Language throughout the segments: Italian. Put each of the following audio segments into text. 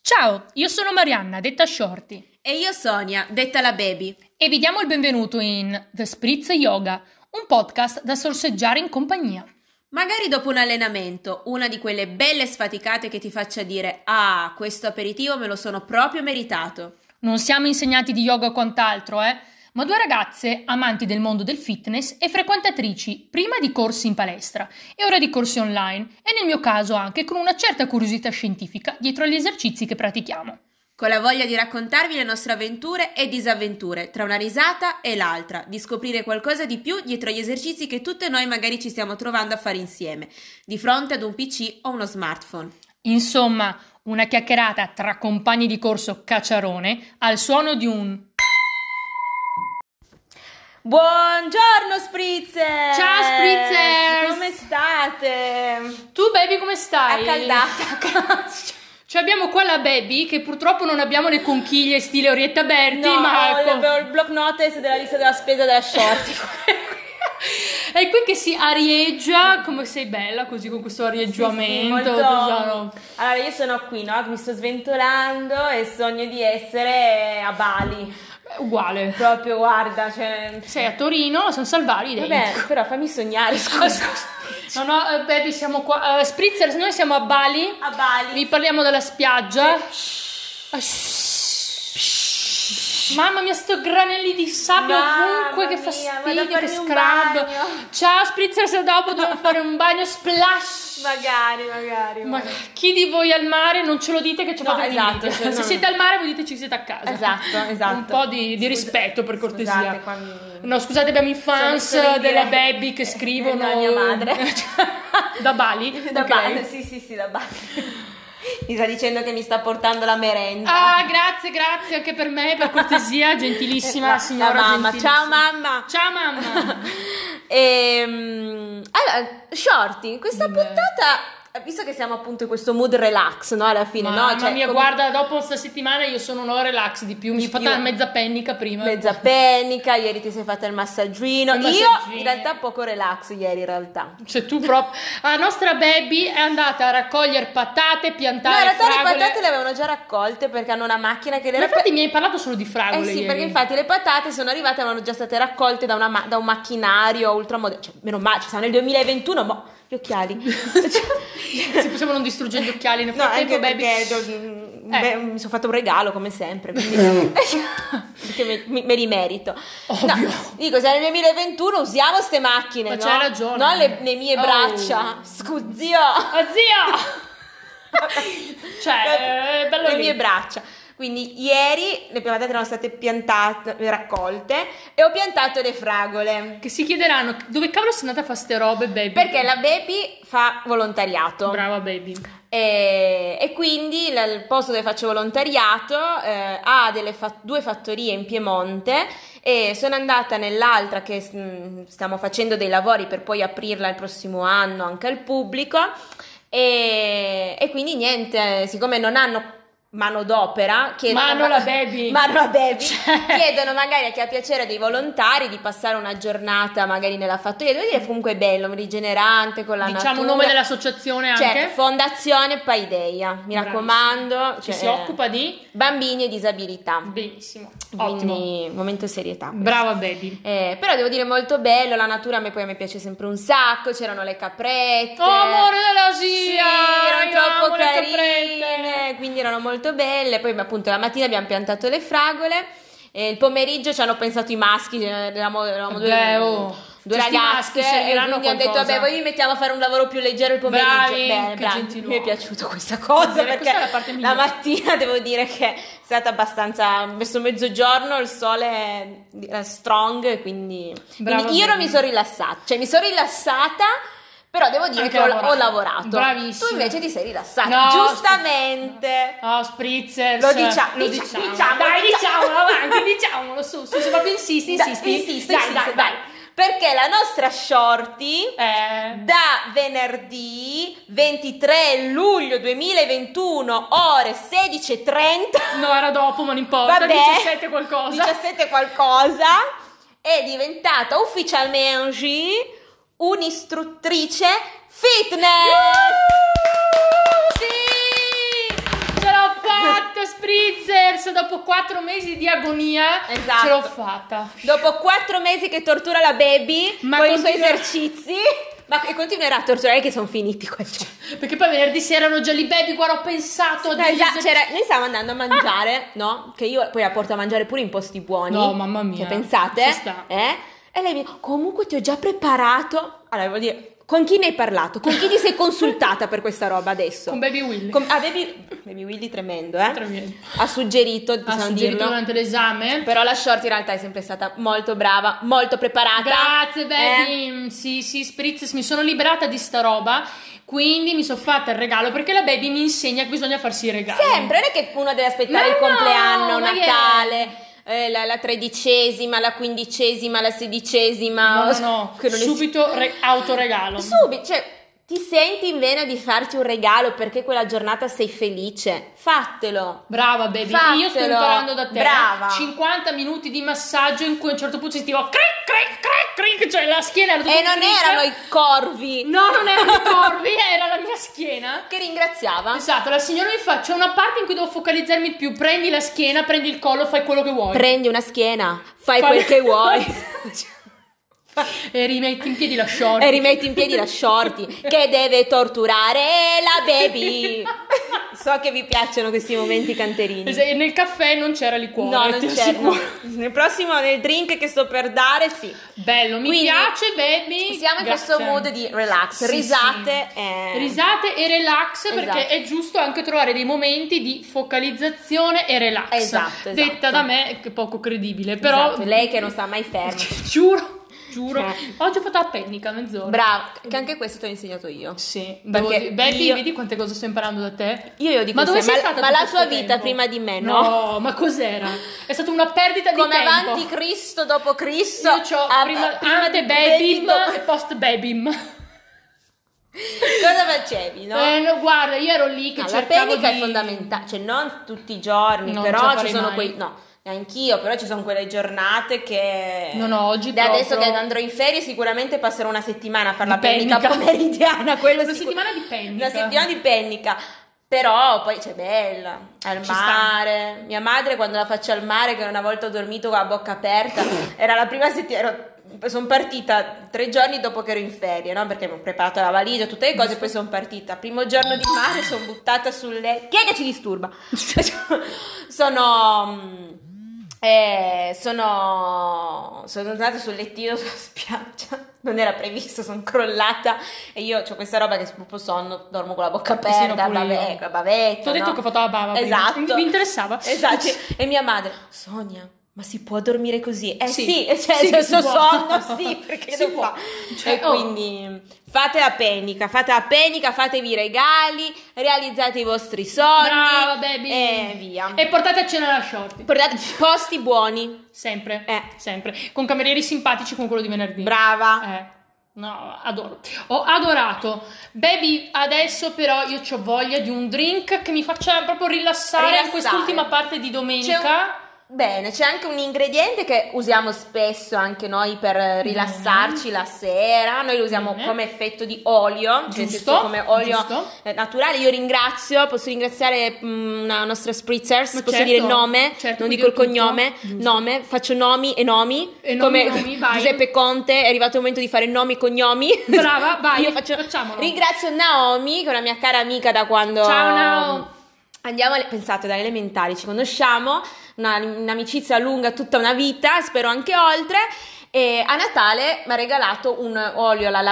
Ciao, io sono Marianna, detta Shorty, E io Sonia, detta la baby. e vi diamo il benvenuto in The Spritz Yoga, un podcast da sorseggiare in compagnia. Magari dopo un allenamento, una di quelle belle sfaticate che ti faccia dire Ah, questo aperitivo me lo sono proprio meritato. Non siamo insegnati di yoga o quant'altro, eh? Ma due ragazze, amanti del mondo del fitness e frequentatrici prima di corsi in palestra e ora di corsi online, e nel mio caso anche con una certa curiosità scientifica dietro agli esercizi che pratichiamo. Con la voglia di raccontarvi le nostre avventure e disavventure, tra una risata e l'altra, di scoprire qualcosa di più dietro agli esercizi che tutte noi magari ci stiamo trovando a fare insieme, di fronte ad un PC o uno smartphone. Insomma, una chiacchierata tra compagni di corso cacciarone al suono di un Buongiorno Spritzer! Ciao, Spritzers! Come state? Tu baby come stai? Accaldata. Cioè abbiamo qua la baby che purtroppo non abbiamo le conchiglie stile Orietta Berti, No, ma ho il- ho il block notice della lista della spesa della shorty. è qui che si arieggia, come sei bella così con questo arieggiamento, Sì, molto- tesoro. Allora, io sono qui, no? Mi sto sventolando e sogno di essere a Bali. Beh, uguale. Proprio, guarda, cioè... Sei a Torino, a San Salvario, dentro. Vabbè, però fammi sognare, scusa. No, no, eh, baby, siamo qua. eh, Spritzers, noi siamo a Bali. A Bali. Vi parliamo della spiaggia. Ah, Mamma mia, sto granelli di sabbia Mamma ovunque, che mia, fastidio, vado a che farmi un scrub. bagno. Ciao Spritzer, se dopo dobbiamo fare un bagno splash. Magari, magari. Ma magari. chi di voi al mare non ce lo dite che ci ho No, fatto un esatto, video. cioè, Se non- siete al mare voi diteci che siete a casa. Esatto, esatto. Un po' di, di rispetto per cortesia. Scusate, qua mi- No, scusate, abbiamo i fans Sono- sono in della diretta. Baby che scrivono No, mia madre. da Bali. Da ok. Bali, sì, sì, sì, da Bali. Mi sta dicendo che mi sta portando la merenda. Ah, grazie, grazie anche per me, per cortesia, gentilissima Eh, La- la signora. mamma. gentilissima. Ciao, mamma. Ciao mamma. Ehm, allora, Shorty, questa Beh. puntata, visto che siamo appunto in questo mood relax, no? Alla fine, Mamma no? Cioè, mia, com- guarda, dopo questa settimana io sono un relax di più, mi Di sono fatta più. mezza pennica prima. Mezza pennica, ieri ti sei fatta il massaggino. Il Io massaggino. in realtà poco relax ieri in realtà. Cioè tu proprio... La nostra baby è andata a raccogliere patate, No, in piantare realtà le fragole. patate le avevano già raccolte perché hanno una macchina che le Ma raccoglie. infatti mi hai parlato solo di fragole Eh sì, ieri. perché infatti le patate sono arrivate, erano già state raccolte da, una ma- da un macchinario ultramoderno. Cioè, meno male, ci siamo nel 2021, boh, gli occhiali. Cioè, Se possiamo non distruggere gli occhiali nel no, frattempo, anche baby. perché do- mm, Eh. beh, mi sono fatto un regalo come sempre, quindi- perché me, mi- me li merito. Ovvio. No, dico, siamo nel 2021, usiamo ste macchine, Ma no? c'hai ragione. Non le, le mie Oh. braccia. Scuzio. Oh, zio! cioè, è bello le lì. mie braccia. Quindi ieri le patate erano state piantate, raccolte e ho piantato le fragole. Che si chiederanno dove cavolo sei andata a fare ste robe, baby? Perché la baby fa volontariato Brava baby. e, e quindi la- il posto dove faccio volontariato eh, ha delle fa- due fattorie in Piemonte e sono andata nell'altra che mm, stiamo facendo dei lavori per poi aprirla il prossimo anno anche al pubblico e, e quindi niente, siccome non hanno manodopera, chiedono... Mano la baby. Mano la baby. Cioè. Chiedono magari a chi ha piacere dei volontari di passare una giornata magari nella fattoria, devo dire comunque è bello, rigenerante con la Diciamo il natura. nome dell'associazione anche. Cioè, Fondazione Paideia, mi Bravissima. raccomando. Ci cioè, si occupa di... Bambini e disabilità. Benissimo. Ottimo. Quindi, momento serietà. questo. Brava baby. Eh, però devo dire molto bello, la natura a me poi mi piace sempre un sacco, c'erano le caprette. Oh, amore della zia! Sì, io erano amo troppo le carine, caprette. quindi erano molto belle. Poi appunto la mattina abbiamo piantato le fragole e il pomeriggio ci hanno pensato i maschi, eh, eravamo, eravamo due, Beh, oh, due questi ragazze maschi e sceglieranno quindi hanno detto qualcosa. vabbè voi vi mettiamo a fare un lavoro più leggero il pomeriggio. Bravi, Bene, che bravi. gentiluomo. Mi è piaciuto questa cosa Direi, perché questa è la parte migliore. mattina devo dire che è stata abbastanza verso mezzogiorno il sole è- è strong quindi, Brava, quindi io non Bea. mi sono rilassata cioè mi sono rilassata però devo dire Anche che ho- lavorato. ho lavorato Bravissima. tu invece ti sei rilassata No, giustamente Oh, Spritzer. Lo diciamo, Lo dicia- diciamo. diciamo, Dai, diciamo. diciamolo avanti, diciamolo su. su se proprio insisti, Dai, insisti. insisto, dai, insisto, dai, dai. perché la nostra shorty Eh, da venerdì 23 luglio 2021 ore 16.30 no, era dopo, ma non importa. 17 qualcosa. 17 qualcosa. È diventata ufficialmente un'istruttrice fitness. Uh, Sì! Ce l'ho fatta! vinto Spritzers dopo quattro mesi di agonia. Esatto. Ce l'ho fatta. Dopo quattro mesi che tortura la baby Ma con i continua- suoi esercizi, ma e continuerà a torturare che sono finiti quelli. Perché poi venerdì sera erano già lì baby, guarda, ho pensato a No, degli esatto, eser- c'era- noi stavamo andando a mangiare, no? Che io poi la porto a mangiare pure in posti buoni. No, mamma mia. Cioè, pensate, Ci sta. eh? E lei mi dice, comunque ti ho già preparato. Allora, vuol dire, con chi ne hai parlato? Con chi ti sei consultata per questa roba adesso? con baby Willy. Con- ah, baby, baby Willy tremendo, eh? Tremendo. Ha suggerito, ha possiamo Ah, suggerito dirlo. durante l'esame. Però la short in realtà è sempre stata molto brava, molto preparata. Grazie, Ah, Eh? baby. Sì, sì, Spritzes, mi sono liberata di sta roba. Quindi mi sono fatta il regalo perché la baby mi insegna che bisogna farsi i regali. Sempre, non è che uno deve Ma aspettare il Cioè, no, compleanno, ma che- Natale, eh, la, la tredicesima, la quindicesima, la sedicesima. No, no, no, che non es- subito re- autoregalo. Subito, cioè, ti senti in vena di farti un regalo perché quella giornata sei felice? Fatelo. Brava baby, io sto Fatelo. imparando da te. Brava. 50 minuti di massaggio in cui a un certo punto sentivo cric cric cric cric, cioè la schiena era tutta E non dritta. erano i corvi No, non erano i corvi, era la mia schiena. che ringraziava. Esatto, la signora mi fa, c'è una parte in cui devo focalizzarmi di più, prendi la schiena, prendi il collo, fai quello che vuoi. Prendi una schiena, fai Fai- quel che vuoi. e rimetti in piedi la short. e rimetti in piedi la shorty che deve torturare la baby. So che vi piacciono questi momenti canterini. E nel caffè non c'era liquore. No, non ti c'è. assicuro. no. Nel prossimo, nel drink che sto per dare, sì. Bello, mi Quindi, piace baby. Siamo in Grazie. questo mood di relax, Sì, risate. sì. eh. Risate e relax Esatto. perché è giusto anche trovare dei momenti di focalizzazione e relax. Esatto, esatto. Detta da me che è poco credibile, però Esatto, lei che non sta mai ferma. giuro, giuro. Cioè. Oggi ho fatto la pennica mezz'ora. Brava, che anche questo te l'ho insegnato io. sì, devo Perché dire- Baby, io- vedi quante cose sto imparando da te? Io io dico ma dove sei sempre, stata? ma tutto la tua questo vita tempo? prima di me, no? No, ma cos'era? È stata una perdita di Come tempo. avanti Cristo, dopo Cristo. Io c'ho ah, prima, ah, prima di ante babim dopo- e post babim. Cosa facevi, no? Eh, no, guarda, io ero lì che No, la cercavo penica di- è fondamentale, cioè non tutti i giorni, Non ce la però ci farei sono mai. quei no, neanch'io, però ci sono quelle giornate che No, no, oggi da adesso che proprio- andrò in ferie sicuramente passerò una settimana a fare Di la pennica, pennica. pomeridiana, quello Una sicur- settimana di pennica. Una settimana di pennica. Però poi c'è bella, al Ci sta. mare. Mia madre quando la faccio al mare, che una volta ho dormito con la bocca aperta, era la prima settimana, sono partita tre giorni dopo che ero in ferie, no? Perché mi ho preparato la valigia, tutte le cose, poi sono partita. Primo giorno di mare sono buttata sul letto. Chi è che ci disturba? sono... mm, eh, sono, sono andata sul lettino sulla spiaggia, non era previsto, sono crollata e io ho questa roba che se proprio sonno, dormo con la bocca Sì, sì, no, aperta, pure io. bave- ecco, bavetta. Ti ho detto no? che ho fatto la bava prima, Esatto. mi interessava. Esatto. cioè, E mia madre, Sonia, ma si può dormire così? Eh Sì. sì, cioè, Sì, se si so può. sonno, sì, perché Si lo può. fa. Cioè, e oh. quindi fate la penica, fate la penica, fatevi i regali, realizzate i vostri sogni Brava, baby. e Eh, via. E portate a cena la shorty. Portate posti buoni. Sempre. Eh. Sempre. Con camerieri simpatici come quello di venerdì. Brava. Eh, No, adoro. Ho adorato. Baby, adesso però io ho voglia di un drink che mi faccia proprio rilassare, in Rilassare. quest'ultima parte di domenica. Bene, c'è anche un ingrediente che usiamo spesso anche noi per eh, rilassarci la sera. Noi lo usiamo Bene. come effetto di olio, cioè nel senso Giusto, come olio giusto. eh, naturale. Io ringrazio, posso ringraziare mm, una nostra spritzers, Ma posso certo, dire il nome, certo, puoi non dire dico il cognome, tutto, giusto. nome, faccio nomi e nomi. E nomi, come nomi, vai. Giuseppe Conte, è arrivato il momento di fare nomi e cognomi. Brava, vai, Io faccio- facciamolo. Ringrazio Naomi, che è una mia cara amica da quando Ciao, Nao. Andiamo, alle- pensate, dalle elementari ci conosciamo, una- un'amicizia lunga tutta una vita, spero anche oltre. E a Natale mi ha regalato un olio alla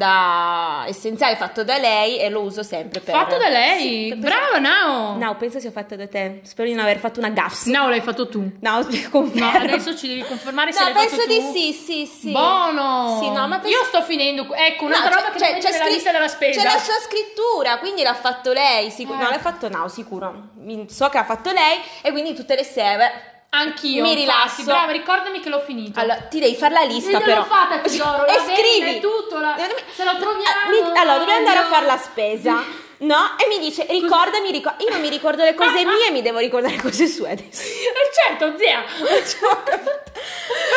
lavanda essenziale fatto da lei e lo uso sempre per... Fatto da lei. Sì, per- Brava, Nao. No, penso sia fatto da te. Spero di non aver fatto una gaffs. Nao, l'hai fatto tu. No, No, confermo. adesso ci devi confermare se No, l'hai penso fatto di tu. sì, sì, sì. Buono! Sì, no, ma penso- Io sto finendo. Ecco, un'altra No, roba che c'è, c'è nella scri- lista della spesa. C'è la sua scrittura, quindi l'ha fatto lei. sicu- Eh. No, l'ha fatto no, sicuro. Mi- So che ha fatto lei e quindi tutte le sere. Anch'io. infatti. Mi rilasso. Brava, ricordami che l'ho finito. Allora, ti devi fare la lista Io però. l'ho fatta, tesoro, e la vedi, scrivi è tutto, la- se la troviamo, Ah, mi- Allora, dobbiamo andare a no. fare la spesa. No? E mi dice, ricordami, ricor- io non mi ricordo le cose mie, mi devo ricordare le cose sue adesso. Eh, certo, zia. Cioè, ho capito.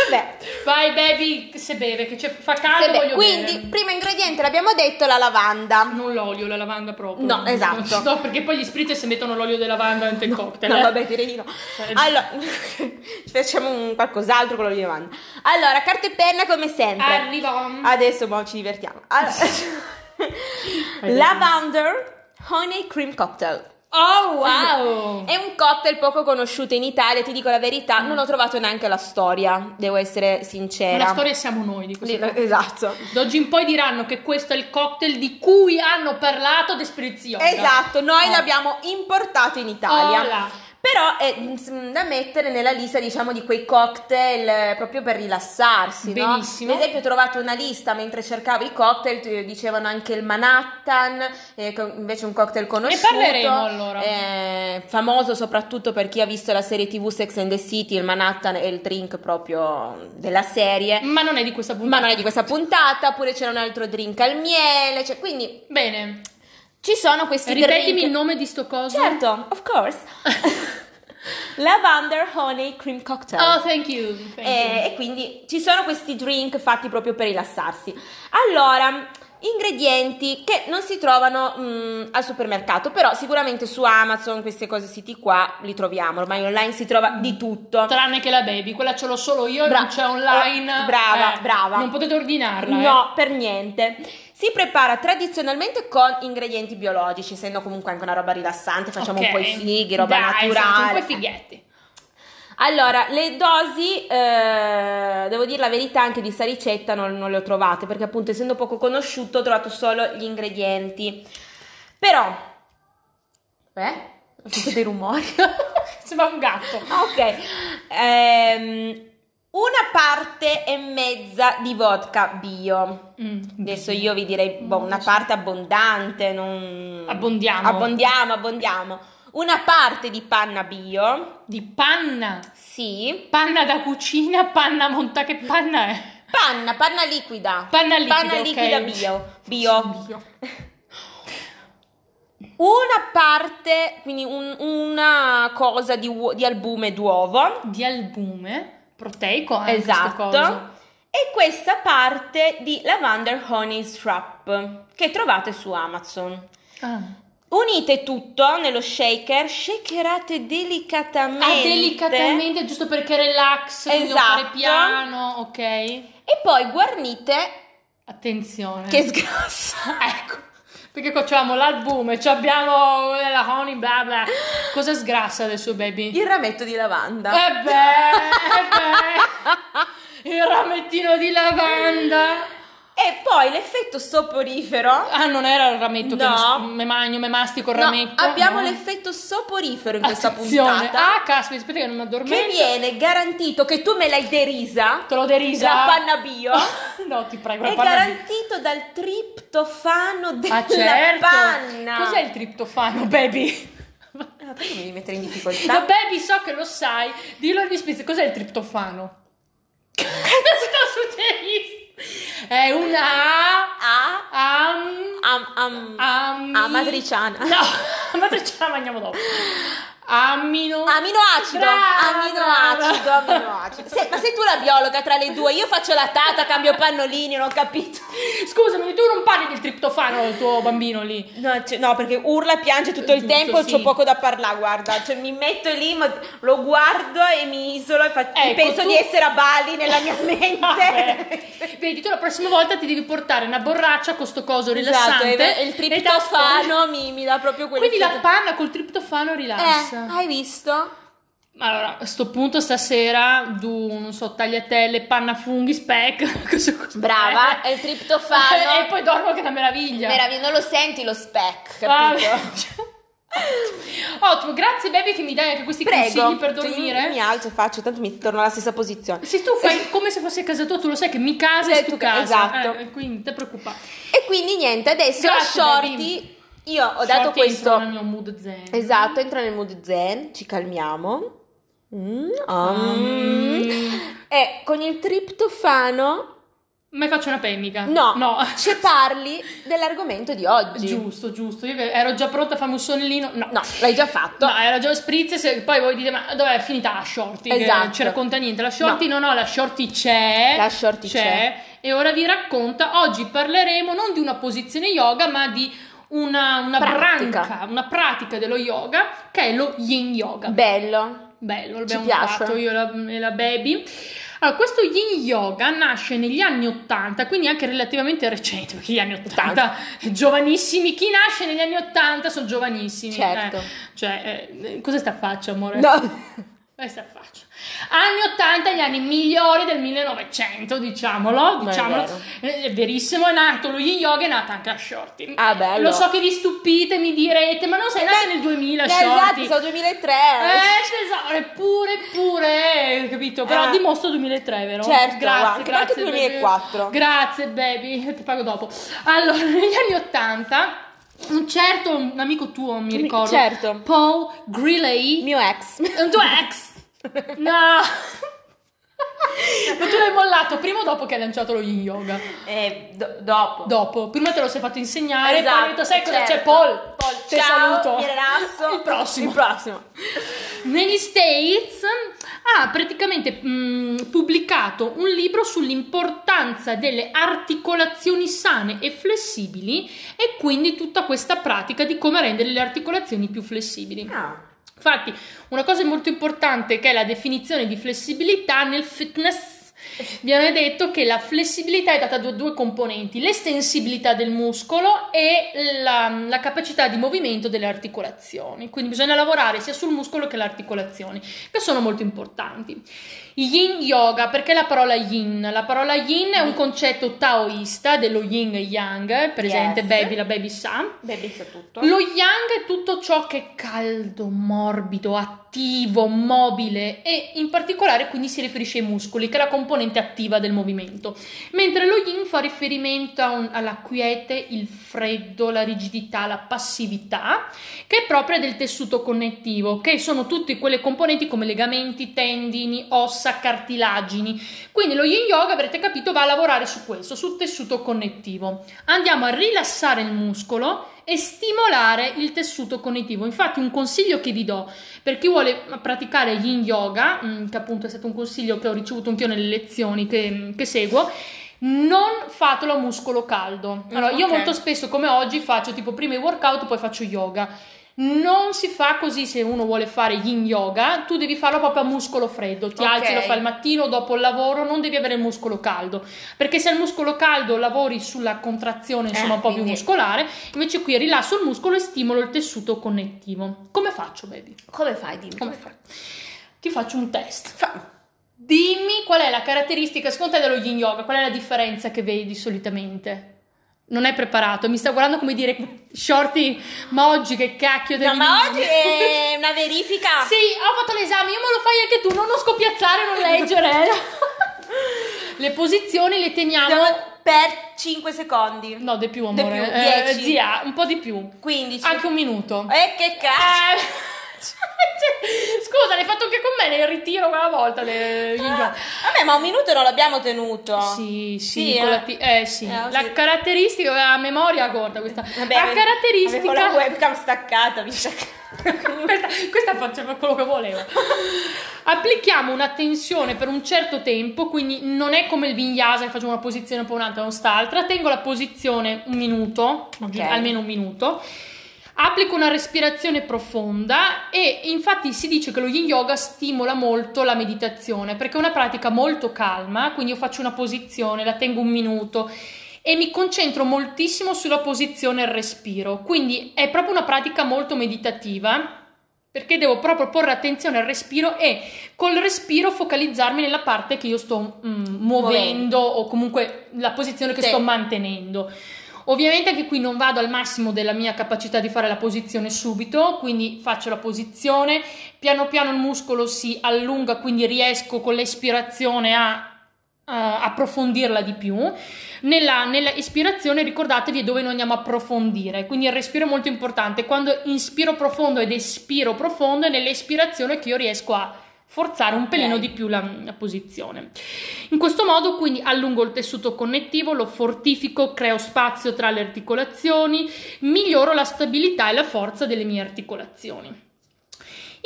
Vabbè. Vai, baby, se beve, che c'è- fa caldo, Se be- voglio quindi, bere. primo ingrediente l'abbiamo detto, la lavanda. Non l'olio, la lavanda proprio. No, Non- esatto. Non ci sto perché poi gli spritz se mettono l'olio della lavanda nel cocktail. No, eh. vabbè, direi di no. Eh, Allora, facciamo un qualcos'altro con la lavanda. Allora, carta e penna come sempre. eh. Arriva. Adesso boh, ci divertiamo. Allora, Hai Lavender Honey Cream Cocktail. Oh, wow! Mm. È un cocktail poco conosciuto in Italia, ti dico la verità, non ho trovato neanche la storia, devo essere Ma sincera. La storia siamo noi di questo. Sì, Esatto. D'oggi in poi diranno che questo è il cocktail di cui hanno parlato De Spritz Yoga. Esatto, noi Oh. l'abbiamo importato in Italia. Hola. Però è mm, da mettere nella lista, diciamo, di quei cocktail eh, proprio per rilassarsi, no? Benissimo. Ad esempio, ho trovato una lista mentre cercavo i cocktail, eh, dicevano anche il Manhattan, eh, co- invece un cocktail conosciuto. parleremo, allora. eh, famoso soprattutto per chi ha visto la serie TV Sex and the City, il Manhattan è il drink proprio della serie. Ma non è di questa puntata. Ma non è di questa puntata, oppure c'era un altro drink al miele, cioè, quindi Bene. ci sono questi Ripetimi drink. il nome di sto coso. Certo, of course. Lavender Honey Cream Cocktail. Oh, thank you. thank Eh, e, quindi ci sono questi drink fatti proprio per rilassarsi. Allora, ingredienti che non si trovano mm, al supermercato, però sicuramente su Amazon questi cose siti qua li troviamo. Ormai online si trova di tutto. you. Tranne che la baby, quella ce l'ho solo io e Bra- non c'è online. Eh, brava, Eh, brava. Non potete ordinarla. eh. No, per niente. Si prepara tradizionalmente con ingredienti biologici, essendo comunque anche una roba rilassante, facciamo Ok. un po' i fighi, roba Dai, esatto, naturale. un po' i fighetti. Allora, le dosi, eh, devo dire la verità, anche di sta ricetta non, non le ho trovate, perché appunto essendo poco conosciuto ho trovato solo gli ingredienti. Però... Eh? Ho sentito dei rumori. Sembra un gatto. ok. Ehm, una parte e mezza di vodka bio. Mm. Oh, Adesso io vi direi boh, una parte abbondante, non... Abbondiamo. Abbondiamo, abbondiamo. Una parte di panna bio, Di panna. sì. Panna da cucina, panna monta. Che panna è? Panna, panna liquida. Panna liquida, Panna ok. liquida bio. Bio. Una parte, quindi un- una cosa di, uo- di albume d'uovo. Di albume. Proteico anche Ah. sto coso. Esatto. E questa parte di Lavender Honey Strap che trovate su Amazon. Ah. Unite tutto nello shaker, shakerate delicatamente. Ah, delicatamente, giusto perché relax, quindi devo Esatto. fare piano, ok? E poi guarnite Eh. Attenzione. che sgrassa. ecco. Perché qua c'abbiamo l'albume, c'abbiamo eh, la honey, bla bla. Cosa sgrassa adesso, baby? Il rametto di lavanda. E Eh beh, e beh. il ramettino di lavanda. E poi l'effetto soporifero. Ah, non era il rametto che No. mi- me magno, me mastico il No, rametto. abbiamo no. l'effetto soporifero in questa Attenzione. puntata. Ah, caspita, aspetta che non mi che addormento. viene garantito che tu me l'hai derisa. Te l'ho derisa. La panna bio. no, ti prego, la È Esatto. panna bio. garantito dal triptofano della Ah, certo. panna. Cos'è il triptofano, baby? Ah, perché mi devi mettere in No, difficoltà? baby, so che lo sai. Dillo agli spizzi, cos'è il triptofano? Sto suggerendo. È una... A Am... am am ami- Ah, amatriciana. No, ma ce la mangiamo dopo. Amino... Aminoacido, Brava, aminoacido, brava. aminoacido. Se- ma sei tu la biologa tra le due, io faccio la tata, cambio pannolini, non ho capito. Scusami, tu non parli del triptofano al tuo bambino lì. No, cioè, no, perché urla, piange tutto il Giusto, tempo, sì. c'ho poco da parlare, guarda, cioè, mi metto lì, ma lo guardo e mi isolo e fa- Ecco, penso tu- Ah, di essere a Bali nella mia mente. Vabbè. Vedi, tu la prossima volta ti devi portare una borraccia con sto coso Esatto, rilassante. e il e tasto- triptofano mi, mi dà proprio quello. Quindi la panna col triptofano rilassa. Eh, hai visto? Ma Allora, a sto punto stasera du, non so, tagliatelle, panna funghi, spec, cosa- cosa- Brava, è il triptofano. E poi dormo che è una meraviglia. Meraviglia, non lo senti lo spec, Ah, capito? Ottimo, grazie baby che mi dai anche questi Prego, consigli per Cioè, io dormire. mi alzo e faccio, tanto mi torno alla stessa posizione. Se tu fai come se fosse casa tua, tu lo sai che mi casa Sei è tu tu- casa. esatto. Eh, quindi te preoccupare. E quindi niente, adesso Grazie, shorty. Io ho dato questo. nel mio mood zen. Esatto, entra nel mood zen, ci calmiamo. Mm, ah, mm. Mm. E con il triptofano Ma faccio una pemica. No, No. ci parli dell'argomento di oggi. Giusto, giusto. Io che ero già pronta a farmi un sonnellino. No. No, l'hai già fatto. No, era già spritz. Se... Poi voi dite, ma dov'è è finita la shorty? Che Esatto. Non ci racconta niente. La shorty, no, no, la shorty c'è. La shorty E ora vi racconta. Oggi parleremo non di una posizione yoga, ma di una, una Pratica. branca, una pratica dello yoga che è lo yin yoga. Bello. Bello, Ci l'abbiamo piace. fatto io e la, e la baby. Allora, questo yin yoga nasce negli anni 80, quindi anche relativamente recente, perché gli anni 80, giovanissimi, chi nasce negli anni 80 sono giovanissimi. Certo. eh. Cioè, eh, cos'è sta faccia, amore? No. Questa faccia. Anni 80, gli anni migliori del 1900, diciamolo, Ma è diciamolo. Eh, È verissimo, è nato lo yin yoga, è nata anche la shorty. Ah, bello. Lo so che vi stupite, mi direte, ma non sei nata nel 2000 Eh, shorty. esatto, sono 2003. Eh, tesoro, pure, pure, eh, capito? Però Eh. dimostro 2003, vero? Certo, grazie, anche- grazie. anche baby. 2004. Grazie, baby, ti pago dopo. Allora, negli anni 80, un certo, un amico tuo, mi Mi- ricordo, certo. Paul Griley, Mio ex. è un tuo ex, no, ma tu l'hai mollato prima o dopo che hai lanciato lo yin yoga? Eh, do- dopo. Dopo, prima te lo sei fatto insegnare, poi Esatto, hai detto, sai cosa certo. c'è, Paul? Paul, ti Ciao, saluto. mi rilasso. Il prossimo. Il prossimo. negli States ha praticamente mh, pubblicato un libro sull'importanza delle articolazioni sane e flessibili e quindi tutta questa pratica di come rendere le articolazioni più flessibili. Ah, Infatti, una cosa molto importante che è la definizione di flessibilità nel fitness. Abbiamo detto che la flessibilità è data da due componenti, l'estensibilità del muscolo e la, la capacità di movimento delle articolazioni. Quindi bisogna lavorare sia sul muscolo che le articolazioni, che sono molto importanti. Yin yoga, perché la parola yin? La parola yin è un concetto taoista dello yin e yang, presente Yes. baby, la baby sa. baby sa tutto. Lo yang è tutto ciò che è caldo, morbido, attivo, mobile e in particolare quindi si riferisce ai muscoli, che è la componente attiva del movimento. Mentre lo yin fa riferimento a un- alla quiete, il freddo, la rigidità, la passività, che è propria del tessuto connettivo, che sono tutte quelle componenti come legamenti, tendini, ossa, cartilagini. Quindi lo yin yoga, avrete capito, va a lavorare su questo, sul tessuto connettivo andiamo a rilassare il muscolo e stimolare il tessuto cognitivo. Infatti, un consiglio che vi do per chi vuole praticare yin yoga, mh, che appunto è stato un consiglio che ho ricevuto anch'io nelle lezioni che, mh, che seguo. Non fatelo a muscolo caldo. Mm, Allora, io ok. molto spesso, come oggi, faccio tipo prima i workout, poi faccio yoga. Non si fa così se uno vuole fare yin yoga, tu devi farlo proprio a muscolo freddo, ti Ok. alzi, lo fai al mattino, dopo il lavoro, non devi avere il muscolo caldo, perché se al muscolo caldo lavori sulla contrazione insomma Eh, un po' più quindi- muscolare, invece qui rilasso il muscolo e stimolo il tessuto connettivo. Come faccio baby? Come fai, dimmi? Come fai? Ti faccio un test. Fa- Dimmi qual è la caratteristica secondo te dello yin yoga, qual è la differenza che vedi solitamente? Non è preparato, mi sta guardando come dire shorty, ma oggi che cacchio devi No, ma dirmi?" oggi è una verifica. Sì, ho fatto l'esame, io me lo fai anche tu, non non scopiazzare, non leggere. eh. le posizioni le teniamo... Siamo per 5 secondi. No, di più, Di amore. più, Eh, 10. zia, un po' di più. 15. Anche un minuto. Eh, che cazzo. Eh, cioè, Scusa, l'hai fatto anche con me, le ritiro una volta. Le... gli Ah, giochi. vabbè, ma un minuto non l'abbiamo tenuto. Eh, Sì, sì, Sì, con eh. la ti- eh, sì. Eh, la sì. caratteristica, la memoria corta questa. Vabbè, la ave- caratteristica. avevo la webcam staccata, mi sa che- questa, questa faceva quello che voleva. Applichiamo una tensione per un certo tempo, quindi non è come il vinyasa che facciamo una posizione poi un'altra, non sta altra. Tengo la posizione un minuto, almeno un minuto. Applico una respirazione profonda e infatti si dice che lo yin yoga stimola molto la meditazione perché è una pratica molto calma, quindi io faccio una posizione, la tengo un minuto e mi concentro moltissimo sulla posizione e il respiro, quindi è proprio una pratica molto meditativa perché devo proprio porre attenzione al respiro e col respiro focalizzarmi nella parte che io sto mm, muovendo, o comunque la posizione che Sì. sto mantenendo. Ovviamente anche qui non vado al massimo della mia capacità di fare la posizione subito, quindi faccio la posizione, piano piano il muscolo si allunga, quindi riesco con l'espirazione a a approfondirla di più. Nella, nella ispirazione ricordatevi è dove noi andiamo a approfondire, quindi il respiro è molto importante. Quando inspiro profondo ed espiro profondo è nell'espirazione che io riesco a forzare un pelino di più la, la posizione. In questo modo quindi allungo il tessuto connettivo, lo fortifico, creo spazio tra le articolazioni, miglioro la stabilità e la forza delle mie articolazioni.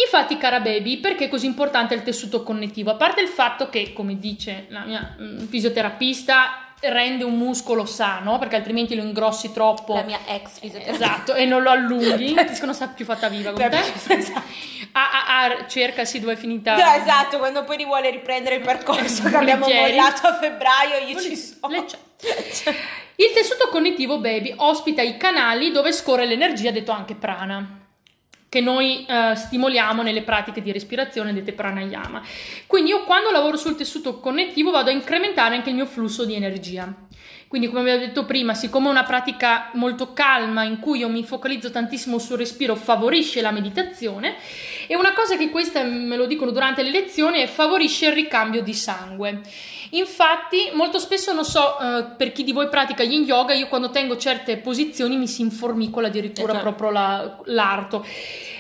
Infatti, cara baby, perché è così importante il tessuto connettivo? A parte il fatto che, come dice la mia mm, fisioterapista, rende un muscolo sano, perché altrimenti lo ingrossi troppo. La mia ex fisioterapia. Esatto, e non lo allunghi, capisco non sta più fatta viva con Beh, te. Esatto. Ah, ah, ah, cercasi dove è finita. No, esatto, quando poi rivuole riprendere il percorso che Esatto, abbiamo Volentieri. mollato a febbraio, io ci sono. Cioè, Le c'è. Il tessuto connettivo baby ospita i canali dove scorre l'energia, detto anche prana, che noi eh, stimoliamo nelle pratiche di respirazione dette pranayama. Quindi io quando lavoro sul tessuto connettivo vado a incrementare anche il mio flusso di energia. Quindi come vi ho detto prima, siccome è una pratica molto calma in cui io mi focalizzo tantissimo sul respiro, favorisce la meditazione e una cosa che questa me lo dicono durante le lezioni è favorisce il ricambio di sangue. Infatti, molto spesso non so eh, per chi di voi pratica yin yoga, io quando tengo certe posizioni mi si informicola addirittura Eh, certo. proprio la- l'arto.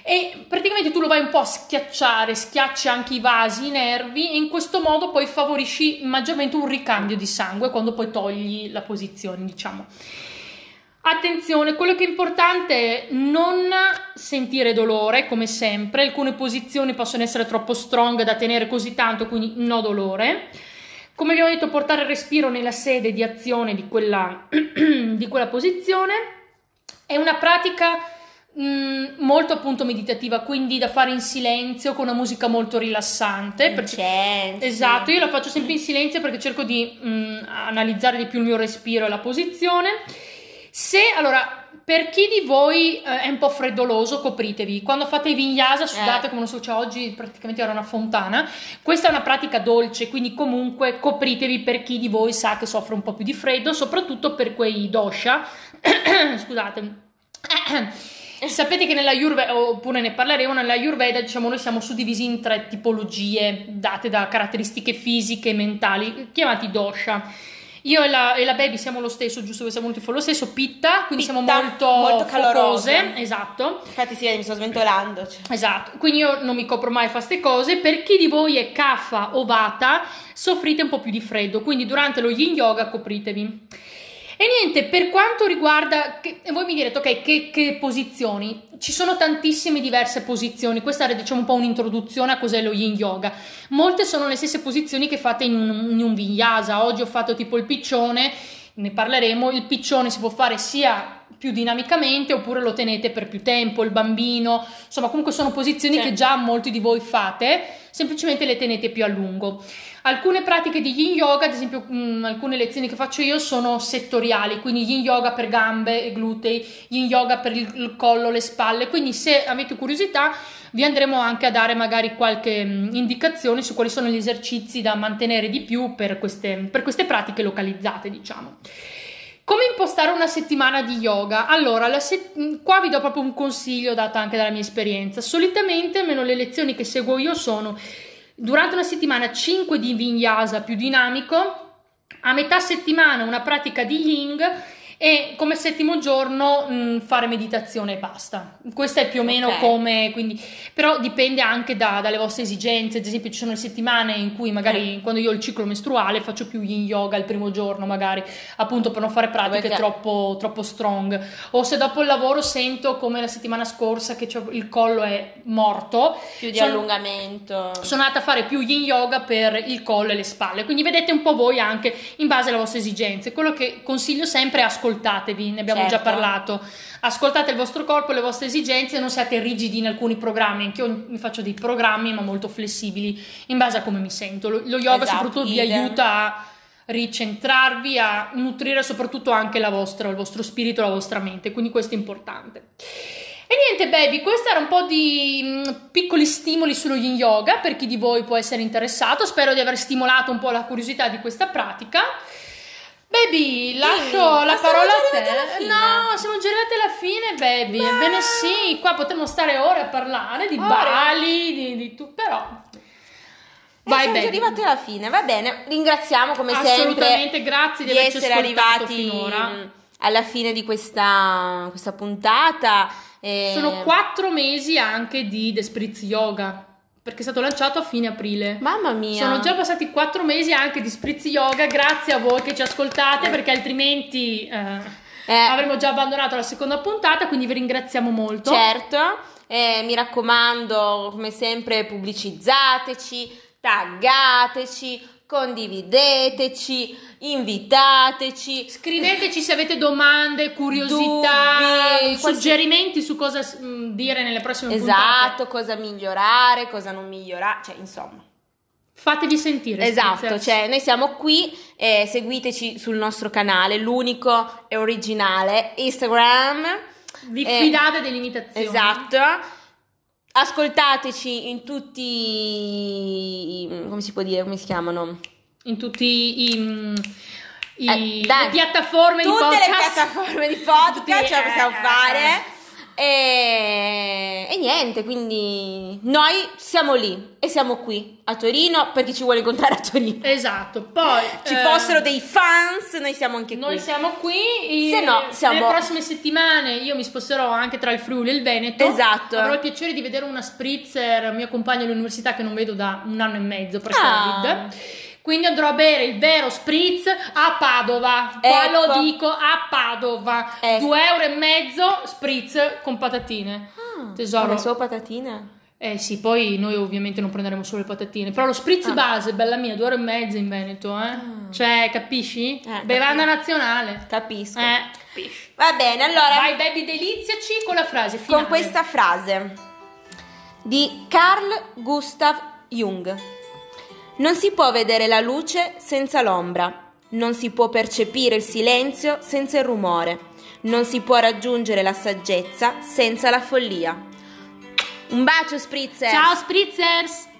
E praticamente tu lo vai un po' a schiacciare, schiacci anche i vasi, i nervi, e in questo modo poi favorisci maggiormente un ricambio di sangue quando poi togli la posizione, diciamo. Attenzione, quello che è importante è non sentire dolore, come sempre. Alcune posizioni possono essere troppo strong da tenere così tanto, quindi no dolore. Come abbiamo detto, portare il respiro nella sede di azione di quella, di quella posizione. È una pratica mh, molto appunto meditativa, quindi da fare in silenzio con una musica molto rilassante. perché- Vincenzi. Esatto, io la faccio sempre in silenzio perché cerco di mh, analizzare di più il mio respiro e la posizione. Se allora, per chi di voi eh, è un po' freddoloso, copritevi. Quando fate i vinyasa, sudate Eh. come non so, cioè oggi praticamente era una fontana. Questa è una pratica dolce, quindi comunque copritevi per chi di voi sa che soffre un po' più di freddo, soprattutto per quei dosha. Scusate. Sapete che nella Ayurveda, oppure ne parleremo, nella Ayurveda diciamo noi siamo suddivisi in tre tipologie date da caratteristiche fisiche e mentali, chiamati dosha. Io e la, e la baby siamo lo stesso, giusto che siamo molto lo stesso, pitta, quindi siamo Pitta, molto, molto calorose, calorose. esatto. Infatti sì, mi sto sventolando. cioè. Esatto, quindi io non mi copro mai a queste cose. Per chi di voi è caffa o vata, soffrite un po' più di freddo, quindi durante lo yin yoga copritevi. E niente, per quanto riguarda, che- e voi mi direte, ok, che, che posizioni? Ci sono tantissime diverse posizioni, questa era diciamo un po' un'introduzione a cos'è lo yin yoga. Molte sono le stesse posizioni che fate in un, in un vinyasa, oggi ho fatto tipo il piccione, ne parleremo, il piccione si può fare sia più dinamicamente oppure lo tenete per più tempo, il bambino, insomma comunque sono posizioni Sì. che già molti di voi fate, semplicemente le tenete più a lungo. Alcune pratiche di yin yoga, ad esempio mh, alcune lezioni che faccio io sono settoriali, quindi yin yoga per gambe e glutei, yin yoga per il, il collo, le spalle, quindi se avete curiosità vi andremo anche a dare magari qualche mh, indicazione su quali sono gli esercizi da mantenere di più per queste, per queste pratiche localizzate, diciamo. Come impostare una settimana di yoga? Allora, la se- mh, qua vi do proprio un consiglio dato anche dalla mia esperienza. Solitamente, almeno le lezioni che seguo io sono durante una settimana 5 di vinyasa più dinamico, a metà settimana una pratica di ying e come settimo giorno mh, fare meditazione e basta. Questo è più o meno Ok. come, quindi, però dipende anche da- dalle vostre esigenze. Ad esempio, ci sono le settimane in cui magari quando io ho il ciclo mestruale faccio più yin yoga il primo giorno, magari appunto per non fare pratiche Perché- troppo, troppo strong. O se dopo il lavoro sento come la settimana scorsa che c'ho- il collo è morto, Più di Sono- allungamento. sono andata a fare più yin yoga per il collo e le spalle. Quindi vedete un po' voi anche in base alle vostre esigenze. Quello che consiglio sempre è ascoltatevi, ne abbiamo già Certo. parlato. Ascoltate il vostro corpo, le vostre esigenze, non siate rigidi in alcuni programmi. Anch'io mi faccio dei programmi, ma molto flessibili in base a come mi sento. Lo, lo yoga Esatto, soprattutto vi idem. aiuta a ricentrarvi, a nutrire soprattutto anche la vostra- il vostro spirito, la vostra mente, quindi questo è importante. E niente, baby, questo era un po' di mh, piccoli stimoli sullo yin yoga per chi di voi può essere interessato. Spero di aver stimolato un po' la curiosità di questa pratica. Baby, lascio ma la siamo parola già a te. arrivati alla fine? No, siamo già arrivati alla fine, baby. Ma- Ebbene sì, qua potremmo stare ore a parlare di Ore. Bali, di, di tu, però. E siamo già arrivati alla fine, va bene. Ringraziamo come sempre Assolutamente, grazie di, di averci essere ascoltato arrivati finora. mh, alla fine di questa, questa puntata. E- Eh. Sono quattro mesi anche di The Spritz Yoga. perché è stato lanciato a fine aprile. Mamma mia. Sono già passati quattro mesi anche di Spritz Yoga, grazie a voi che ci ascoltate perché altrimenti eh, Eh, avremmo già abbandonato la seconda puntata, quindi vi ringraziamo molto. certo. Eh, mi raccomando, come sempre, pubblicizzateci, taggateci, condivideteci, invitateci. Scriveteci se avete domande, curiosità, Dubbi, qualsiasi- suggerimenti su cosa mm, dire nelle prossime puntate. Esatto, cosa migliorare, cosa non migliorare, cioè insomma. Fatevi sentire. Esatto, Spritz. cioè noi siamo qui, eh, seguiteci sul nostro canale, l'unico e originale Instagram. Vi eh, fidate delle imitazioni. Esatto. Ascoltateci in tutti i- come si può dire, come si chiamano? In tutti i... mm, i- Eh, dai. le piattaforme di Tutte podcast. le piattaforme di podcast Tutti- ce la possiamo eh, eh, fare. E, e niente, quindi noi siamo lì e siamo qui a Torino per chi ci vuole incontrare a Torino. Esatto, poi Ci eh, fossero dei fans, noi siamo anche qui. Noi siamo qui. e Se no, siamo- Nelle prossime settimane io mi sposterò anche tra il Friuli e il Veneto. Esatto. Avrò il piacere di vedere una spritzer, mio compagno all'università che non vedo da un anno e mezzo pre-Covid. Ah. Quindi andrò a bere il vero spritz a Padova. Qua Ecco. lo dico a Padova. Ecco. Due euro e mezzo spritz con patatine. Ah, Tesoro. Una sua patatina. Eh sì, poi noi ovviamente non prenderemo solo le patatine. Però lo spritz Ah. base, bella mia, due ore e mezza in Veneto, eh. Ah. Cioè, capisci? Eh, Bevanda capisco. nazionale. Capisco. Eh, capisci. Va bene, allora Vai baby, deliziaci con la frase finale. con questa frase di Carl Gustav Jung. Non si può vedere la luce senza l'ombra, non si può percepire il silenzio senza il rumore, non si può raggiungere la saggezza senza la follia. Un bacio, Spritzer! Ciao spritzers!